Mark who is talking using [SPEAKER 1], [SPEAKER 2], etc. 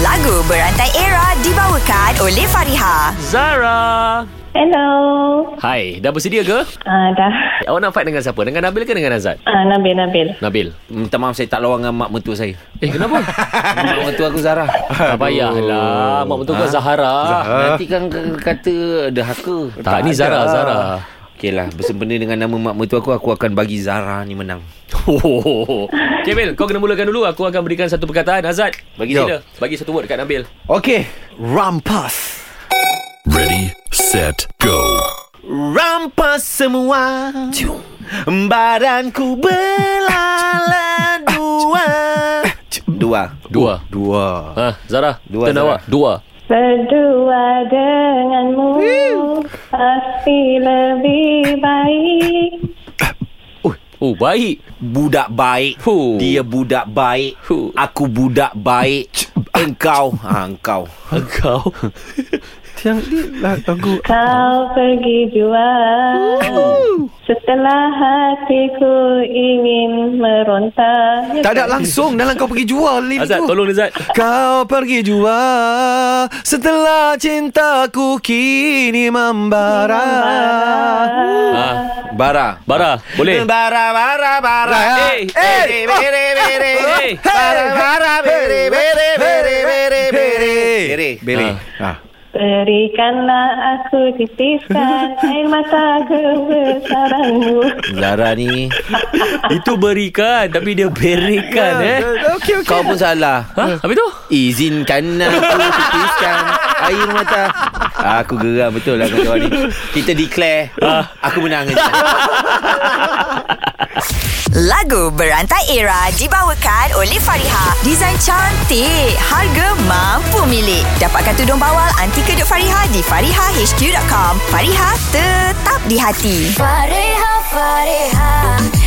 [SPEAKER 1] lagu berantai era dibawakan oleh Fariha.
[SPEAKER 2] Zara.
[SPEAKER 3] Hello.
[SPEAKER 2] Hai, dah bersedia ke?
[SPEAKER 3] Ah dah.
[SPEAKER 2] Awak nak fight dengan siapa? Dengan Nabil ke dengan Azad?
[SPEAKER 3] Ah Nabil Nabil.
[SPEAKER 2] Nabil.
[SPEAKER 4] Minta maaf saya tak lawan dengan mak mentua saya.
[SPEAKER 2] Eh, kenapa?
[SPEAKER 4] Mak mentua aku Zara.
[SPEAKER 2] tak payahlah. Mak betul kau
[SPEAKER 4] Ha?
[SPEAKER 2] Zahara.
[SPEAKER 4] Nanti kan k- kata derhaka.
[SPEAKER 2] Tak, ni Zara, Zara.
[SPEAKER 4] Okey lah, bersempena dengan nama mak mentua aku, aku akan bagi Zara ni menang.
[SPEAKER 2] Oh. Okay, Bil. Kau kena mulakan dulu. Aku akan berikan satu perkataan. Azad, bagi
[SPEAKER 4] Jom.
[SPEAKER 2] sila. Bagi satu word dekat Nabil.
[SPEAKER 4] Okey.
[SPEAKER 5] Rampas.
[SPEAKER 6] Ready, set, go.
[SPEAKER 4] Rampas semua Badanku belala dua Eh, Dua
[SPEAKER 2] Dua.
[SPEAKER 5] Dua.
[SPEAKER 2] Ha, Zara.
[SPEAKER 4] Dua,
[SPEAKER 2] turn
[SPEAKER 4] Zara.
[SPEAKER 2] awak. Dua.
[SPEAKER 3] Berdua denganmu pasti lebih baik.
[SPEAKER 2] Oh, baik.
[SPEAKER 4] Budak baik
[SPEAKER 2] Huh.
[SPEAKER 4] Dia budak baik
[SPEAKER 2] Huh.
[SPEAKER 4] Aku budak baik Engkau ha, Engkau
[SPEAKER 2] Engkau.
[SPEAKER 5] Tiang ni lah lagu
[SPEAKER 3] Kau pergi jua setelah hatiku ingin meronta.
[SPEAKER 4] Ya.
[SPEAKER 5] Tak ada langsung dalam kau pergi jual lirik tu.
[SPEAKER 2] Azad, tolong Azad.
[SPEAKER 5] Kau pergi jual setelah cintaku kini membara.
[SPEAKER 2] Ha,
[SPEAKER 4] Bara
[SPEAKER 2] Bara, boleh?
[SPEAKER 4] Bara bara bara
[SPEAKER 2] Eh,
[SPEAKER 5] eh,
[SPEAKER 4] bere, bere, bere,
[SPEAKER 2] eh, eh.
[SPEAKER 4] Bara bara bere bere bere bere bere bere bere
[SPEAKER 2] Ah.
[SPEAKER 4] Ah,
[SPEAKER 3] Berikanlah aku titiskan air mata kebesaranmu.
[SPEAKER 4] Zara ni
[SPEAKER 2] Itu berikan tapi dia berikan
[SPEAKER 4] Ya,
[SPEAKER 2] eh.
[SPEAKER 5] Ah, Okey okey.
[SPEAKER 4] kan, Kau pun salah
[SPEAKER 2] Ha? Habis tu?
[SPEAKER 4] Izinkan aku titiskan air mata. Ah, Aku geram betul lah kau ni. Kita declare.
[SPEAKER 5] Ah.
[SPEAKER 4] Aku menang ni.
[SPEAKER 1] Lagu berantai era dibawakan oleh Fariha. Desain cantik, harga mampu milik. Dapatkan tudung bawal anti kedut Fariha di farihahq.com. Fariha tetap di hati.
[SPEAKER 7] Fareja, fareja.